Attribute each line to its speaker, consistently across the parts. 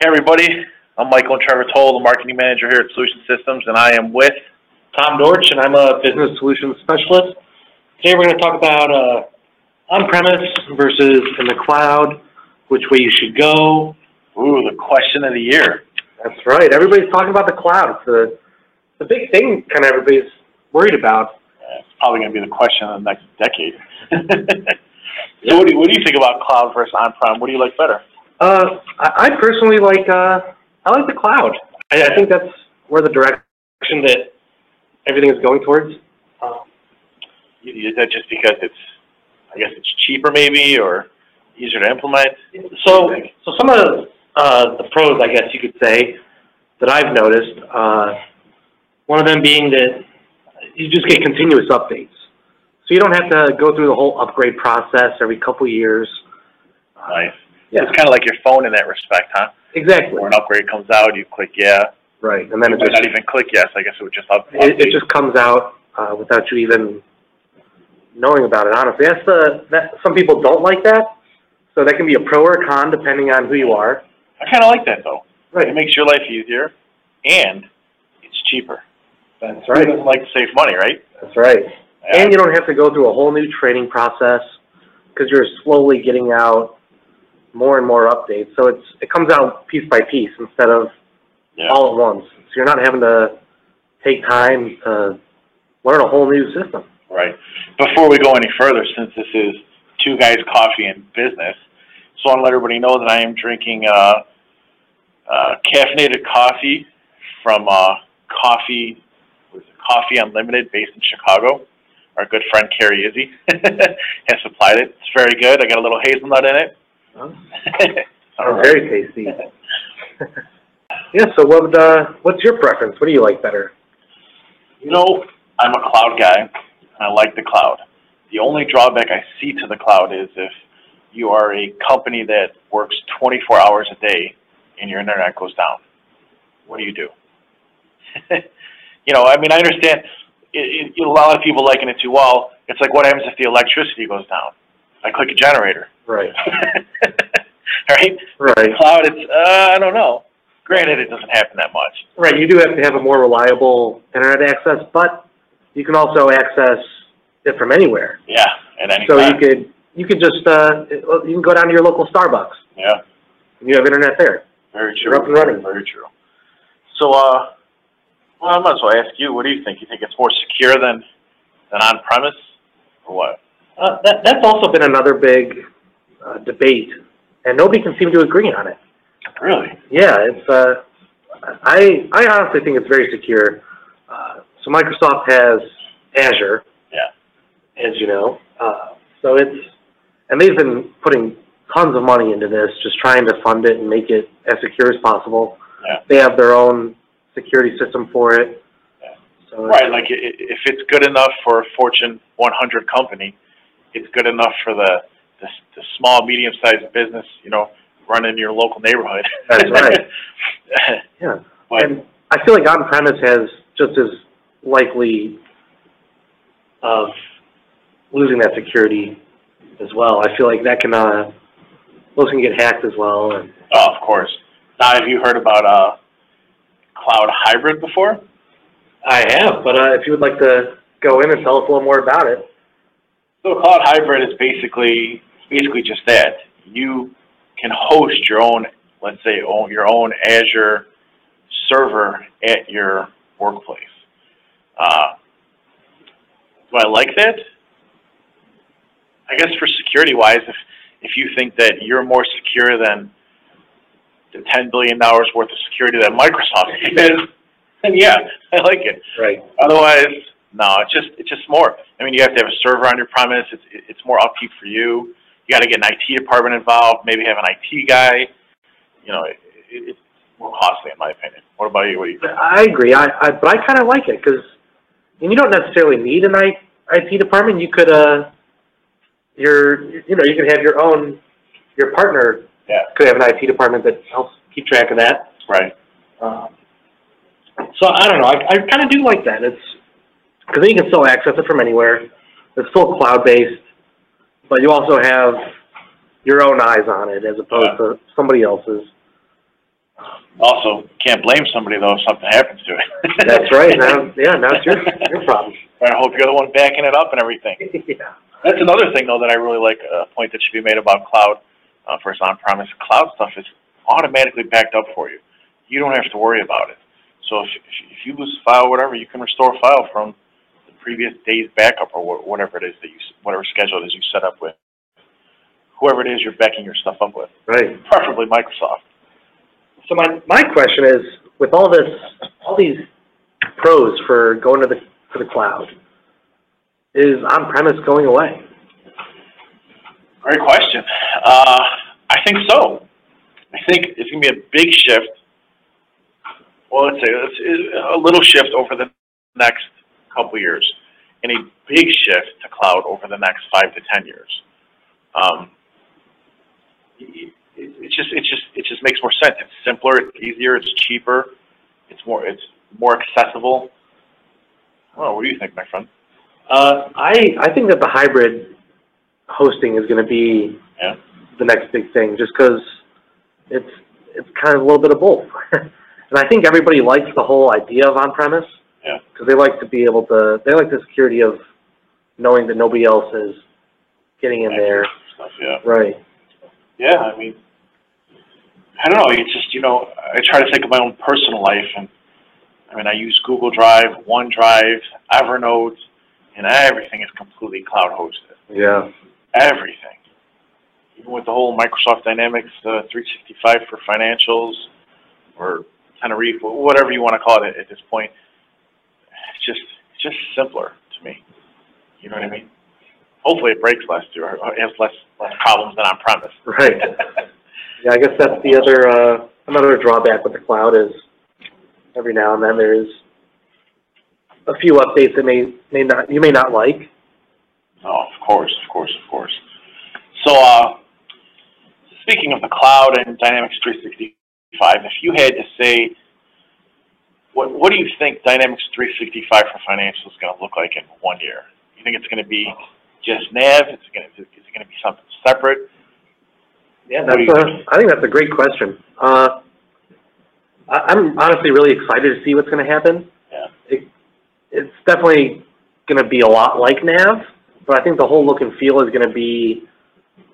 Speaker 1: Hey, everybody. I'm Michael Trevertol, the marketing manager here at Solution Systems, and I am with.
Speaker 2: Tom Dorch, and I'm a business solutions specialist. Today we're going to talk about uh, on-premise versus in the cloud, which way you should go.
Speaker 1: Ooh, the question of the year.
Speaker 2: That's right. Everybody's talking about the cloud. It's the, the big thing kind of everybody's worried about.
Speaker 1: Uh, It's probably going to be the question of the next decade. so, what do, you, what do you think about cloud versus on-prem? What do you like better?
Speaker 2: Uh, I, I personally like uh, I like the cloud. I, I think that's where the direction that everything is going towards. Um,
Speaker 1: Is that just because it's, I guess it's cheaper, maybe, or easier to implement?
Speaker 2: So, so some of uh, the pros, I guess you could say, that I've noticed, uh, one of them being that you just get continuous updates. So you don't have to go through the whole upgrade process every couple years.
Speaker 1: Nice. It's kind of like your phone in that respect, huh?
Speaker 2: Exactly.
Speaker 1: When an upgrade comes out, you click yeah.
Speaker 2: Right. And then it
Speaker 1: Might
Speaker 2: just
Speaker 1: not even click yes. I guess it would just up.
Speaker 2: it, it just comes out uh, without you even knowing about it. Honestly, that's the that some people don't like that. So that can be a pro or a con depending on who you are.
Speaker 1: I kind of like that though. It makes your life easier, and it's cheaper.
Speaker 2: That's
Speaker 1: Who doesn't like to save money, right?
Speaker 2: That's right.
Speaker 1: Yeah.
Speaker 2: And you don't have to go through a whole new training process because you're slowly getting out more and more updates. So it's it comes out piece by piece instead of
Speaker 1: Yeah.
Speaker 2: all at once. So you're not having to take time to learn a whole new system.
Speaker 1: Right. Before we go any further, since this is Two Guys Coffee and Business, just want to let everybody know that I am drinking uh, uh, caffeinated coffee from uh, Coffee what is it, Coffee Unlimited, based in Chicago. Our good friend Carrie Izzy has supplied it. It's very good. I got a little hazelnut in
Speaker 2: Oh.
Speaker 1: it. All right.
Speaker 2: Very tasty. yeah. So what would, uh, what's your preference? What do you like better?
Speaker 1: You know, I'm a cloud guy, and I like the cloud. The only drawback I see to the cloud is if you are a company that works 24 hours a day and your internet goes down. What do you do? you know, I mean, I understand it, it, a lot of people liken it to, well, it's like what happens if the electricity goes down? I click a generator.
Speaker 2: Right.
Speaker 1: right?
Speaker 2: Right.
Speaker 1: Cloud, it's, uh, I don't know. Granted, it doesn't happen that much.
Speaker 2: Right, you do have to have a more reliable internet access, but you can also access it from anywhere.
Speaker 1: Yeah, at any
Speaker 2: So
Speaker 1: time.
Speaker 2: you could you could just uh, you can go down to your local Starbucks.
Speaker 1: yeah.
Speaker 2: And you have internet there.
Speaker 1: Very true.
Speaker 2: You're up and running.
Speaker 1: Very true. So, uh, well, I might as well ask you, what do you think? You think it's more secure than, than on-premise, or what?
Speaker 2: Uh, that, that's also been another big uh, debate, and nobody can seem to agree on it.
Speaker 1: Really?
Speaker 2: Yeah, it's uh, I I honestly think it's very secure. Uh, so Microsoft has Azure.
Speaker 1: Yeah.
Speaker 2: As you know, uh, so it's and they've been putting tons of money into this, just trying to fund it and make it as secure as possible.
Speaker 1: Yeah.
Speaker 2: They have their own security system for it.
Speaker 1: Yeah.
Speaker 2: So
Speaker 1: Right, like, i- i- if it's good enough for a Fortune 100 company, it's good enough for the, the, s- the small, medium-sized business, you know, running in your local neighborhood.
Speaker 2: That's right. Yeah.
Speaker 1: But,
Speaker 2: and I feel like on premise has just as likely of losing that security as well. I feel like that can uh those can get hacked as well and
Speaker 1: oh, of course. Now, have you heard about, uh, cloud hybrid before?
Speaker 2: I have, but uh if you would like to go in and tell us a little more about it.
Speaker 1: So cloud hybrid is basically basically just that. You can host your own, let's say, own, your own Azure server at your workplace. Uh, do I like that? I guess for security wise, if if you think that you're more secure than the ten billion dollars worth of security that Microsoft is, then yeah, I like it.
Speaker 2: Right.
Speaker 1: Otherwise, no, it's just it's just more. I mean, you have to have a server on your premise. It's it's more upkeep for you. You got to get an IT department involved. Maybe have an IT guy. You know, it, it, it's more costly in my opinion. What about you? What do you think?
Speaker 2: I agree. I, I but I kind of like it because and you don't necessarily need an I, IT department. You could uh your you know you could have your own your partner
Speaker 1: Yeah.
Speaker 2: could have an IT department that helps keep track of that.
Speaker 1: Right.
Speaker 2: Um, so I don't know. I, I kind of do like that. It's because then you can still access it from anywhere. It's still cloud based, but you also have your own eyes on it as opposed to somebody else's.
Speaker 1: Also, can't blame somebody though if something happens to it.
Speaker 2: That's right, now, yeah, now it's your, your problem.
Speaker 1: I hope you're the one backing it up and everything.
Speaker 2: Yeah.
Speaker 1: That's another thing though that I really like, uh, a point that should be made about cloud, uh, first on-premise. Cloud stuff is automatically backed up for you. You don't have to worry about it. So if, if- if you lose a file, whatever, you can restore a file from the previous day's backup or wha- whatever it is that you, s- whatever schedule it is you set up with. Whoever it is you're backing your stuff up with,
Speaker 2: Right.
Speaker 1: preferably Microsoft.
Speaker 2: So my, my question is, with all this, all these pros for going to the, to the cloud, is on-premise going away?
Speaker 1: Great question. Uh, I think so. I think it's going to be a big shift. Well, let's say it's it's a little shift over the next couple years, and a big shift to cloud over the next five to ten years. Um, it, it just, it just, it just makes more sense. It's simpler, it's easier, it's cheaper, it's more, it's more accessible. Oh, what do you think, my friend?
Speaker 2: Uh, I, I think that the hybrid hosting is gonna be
Speaker 1: Yeah.
Speaker 2: the next big thing, just 'cause it's, it's kind of a little bit of both. And I think everybody likes the whole idea of on-premise.
Speaker 1: Yeah.
Speaker 2: 'Cause they like to be able to, they like the security of knowing that nobody else is getting in there.
Speaker 1: Stuff, yeah.
Speaker 2: Right.
Speaker 1: yeah, I mean, I don't know. It's just you know, I try to think of my own personal life, and I mean, I use Google Drive, OneDrive, Evernote, and everything is completely cloud hosted.
Speaker 2: Yeah.
Speaker 1: Everything, even with the whole Microsoft Dynamics uh, 365 for financials, or Tenerife, wh- whatever you want to call it at, at this point. It's just, it's just simpler to me. You know what I mean? Hopefully, it breaks less too, or or has less less problems than on premise.
Speaker 2: Right. Yeah, I guess that's the other, uh, another drawback with the cloud is every now and then there's a few updates that may, may not, you may not like.
Speaker 1: Oh, of course, of course, of course. So, uh, speaking of the cloud and Dynamics 365, if you had to say, what, what do you think Dynamics 365 for financials is going to look like in one year? You think it's going to be just nav? Is it going to, is it going to be something separate?
Speaker 2: Yeah,
Speaker 1: What
Speaker 2: that's
Speaker 1: do you
Speaker 2: a, I think that's a great question. Uh, I, I'm honestly really excited to see what's gonna happen.
Speaker 1: Yeah.
Speaker 2: It, it's definitely gonna be a lot like Nav, but I think the whole look and feel is gonna be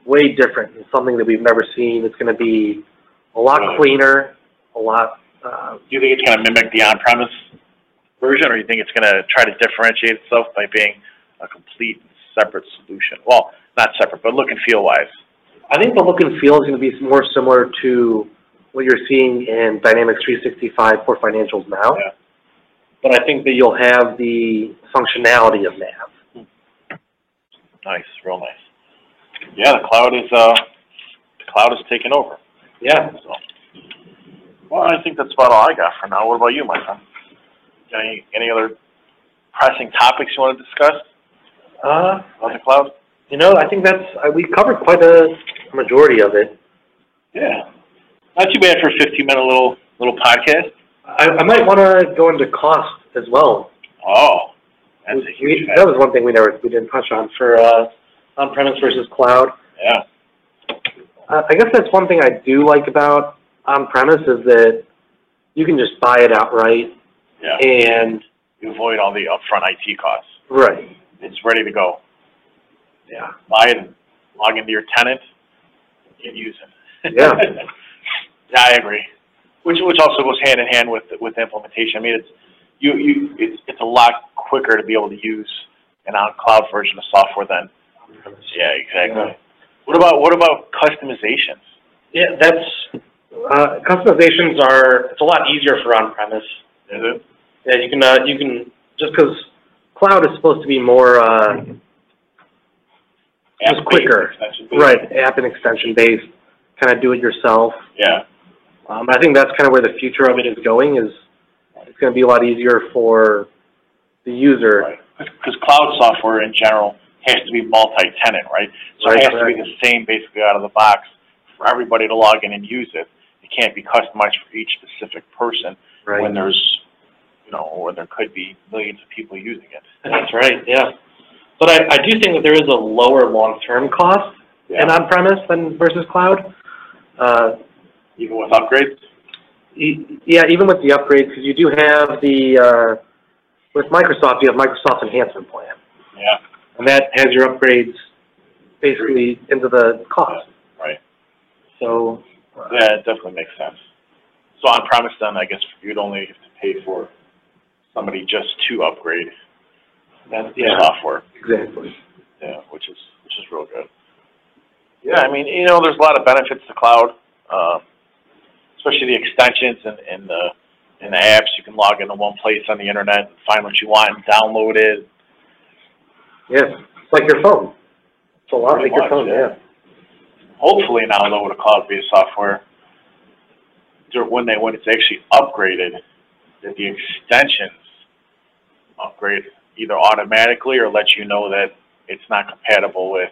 Speaker 2: way different. It's something that we've never seen. It's gonna be a lot
Speaker 1: Right.
Speaker 2: cleaner, a lot, uh,
Speaker 1: Do you think it's going to mimic the on-premise version, or do you think it's going to try to differentiate itself by being a complete separate solution? Well, not separate, but look and feel wise.
Speaker 2: I think the look and feel is going to be more similar to what you're seeing in Dynamics 365 for financials now.
Speaker 1: Yeah.
Speaker 2: But I think that you'll have the functionality of Nav.
Speaker 1: Nice, real nice. Yeah, the cloud is, uh, the cloud is taking over,
Speaker 2: Yeah.
Speaker 1: so. Well, I think that's about all I got for now. What about you, my friend? Got Any, any other pressing topics you wanna discuss
Speaker 2: Uh,
Speaker 1: on the cloud?
Speaker 2: you know, I think that's I, we covered quite a majority of it.
Speaker 1: Yeah. Not too bad for a fifteen minute little, little podcast.
Speaker 2: I, I might want to go into cost as well.
Speaker 1: Oh, that's a
Speaker 2: We-
Speaker 1: huge
Speaker 2: that
Speaker 1: factor,
Speaker 2: was one thing we never we didn't touch on for uh, on-premise versus cloud.
Speaker 1: yeah.
Speaker 2: Uh, I guess that's one thing I do like about on-premise is that you can just buy it outright
Speaker 1: Yeah,
Speaker 2: and
Speaker 1: you avoid all the upfront IT costs.
Speaker 2: right.
Speaker 1: It's ready to go.
Speaker 2: Yeah.
Speaker 1: buy it and log into your tenant and use it.
Speaker 2: Yeah.
Speaker 1: Yeah, I agree. Which, which also goes hand in hand with, with implementation. I mean, it's, you, you, it's, it's a lot quicker to be able to use an on-cloud version of software than, yeah,
Speaker 2: Yeah.
Speaker 1: exactly. What about, what about customizations?
Speaker 2: Yeah, that's uh, customizations are it's a lot easier for on-premise.
Speaker 1: Is it?
Speaker 2: Yeah, you can uh, you can just because cloud is supposed to be more uh, Just
Speaker 1: App-based
Speaker 2: quicker.
Speaker 1: extension.
Speaker 2: right app and extension based, kind of do it yourself.
Speaker 1: Yeah,
Speaker 2: Um, I think that's kind of where the future of it is going. Is it's going to be a lot easier for the user.
Speaker 1: right. Because cloud software in general has to be multi-tenant, right? So it
Speaker 2: Right,
Speaker 1: has to be the same basically out of the box for everybody to log in and use it. It can't be customized for each specific person. when there's, you know, or there could be millions of people using it.
Speaker 2: That's right. Yeah. But I, I do think that there is a lower long-term cost in on-premise than versus cloud. Uh,
Speaker 1: Even with upgrades?
Speaker 2: e- yeah, even with the upgrades, because you do have the, uh, with Microsoft, you have Microsoft Enhancement Plan.
Speaker 1: Yeah,
Speaker 2: And that has your upgrades basically into the cost.
Speaker 1: Right.
Speaker 2: So,
Speaker 1: yeah, it definitely makes sense. So on premise then, I guess you'd only have to pay for somebody just to upgrade
Speaker 2: that's,
Speaker 1: the software,
Speaker 2: exactly.
Speaker 1: yeah, which is, which is real good. Yeah, I mean, you know, there's a lot of benefits to cloud, uh, especially the extensions and, and the, and the apps. You can log into one place on the internet, and find what you want, and download it.
Speaker 2: Yes, it's like your phone. It's a lot like
Speaker 1: Pretty
Speaker 2: your
Speaker 1: much,
Speaker 2: phone,
Speaker 1: yeah.
Speaker 2: yeah.
Speaker 1: Hopefully now load a cloud-based software, dur- when they, when it's actually upgraded, that the extensions upgrade either automatically or let you know that it's not compatible with,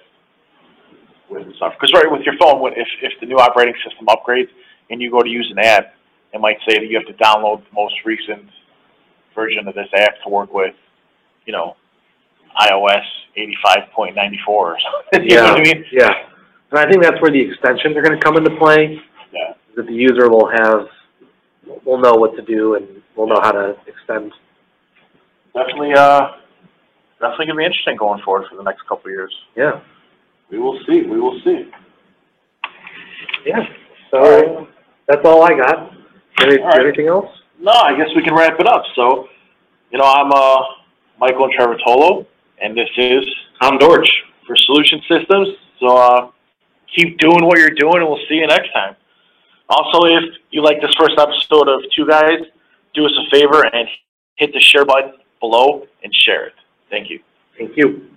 Speaker 1: with the software. Because right, with your phone, when- if, if the new operating system upgrades and you go to use an app, it might say that you have to download the most recent version of this app to work with, you know, iOS eighty-five point ninety-four or something, you know what I mean?
Speaker 2: Yeah, and I think that's where the extensions are gonna come into play,
Speaker 1: Yeah.
Speaker 2: that the user will have, will know what to do and will know how to extend.
Speaker 1: definitely, uh, definitely gonna be interesting going forward for the next couple of years.
Speaker 2: Yeah,
Speaker 1: We will see, we will see.
Speaker 2: yeah.
Speaker 1: All
Speaker 2: So, that's all I got. Any-
Speaker 1: All right.
Speaker 2: Anything else?
Speaker 1: No, I guess we can wrap it up, so, you know, I'm, uh, Michael and Trevor Tolo, and this is
Speaker 2: I'm Dorch.
Speaker 1: for Solution Systems, so, uh, keep doing what you're doing, and we'll see you next time. Also, if you like this first episode of Two Guys, do us a favor and hit the share button below and share it. Thank you.
Speaker 2: Thank you.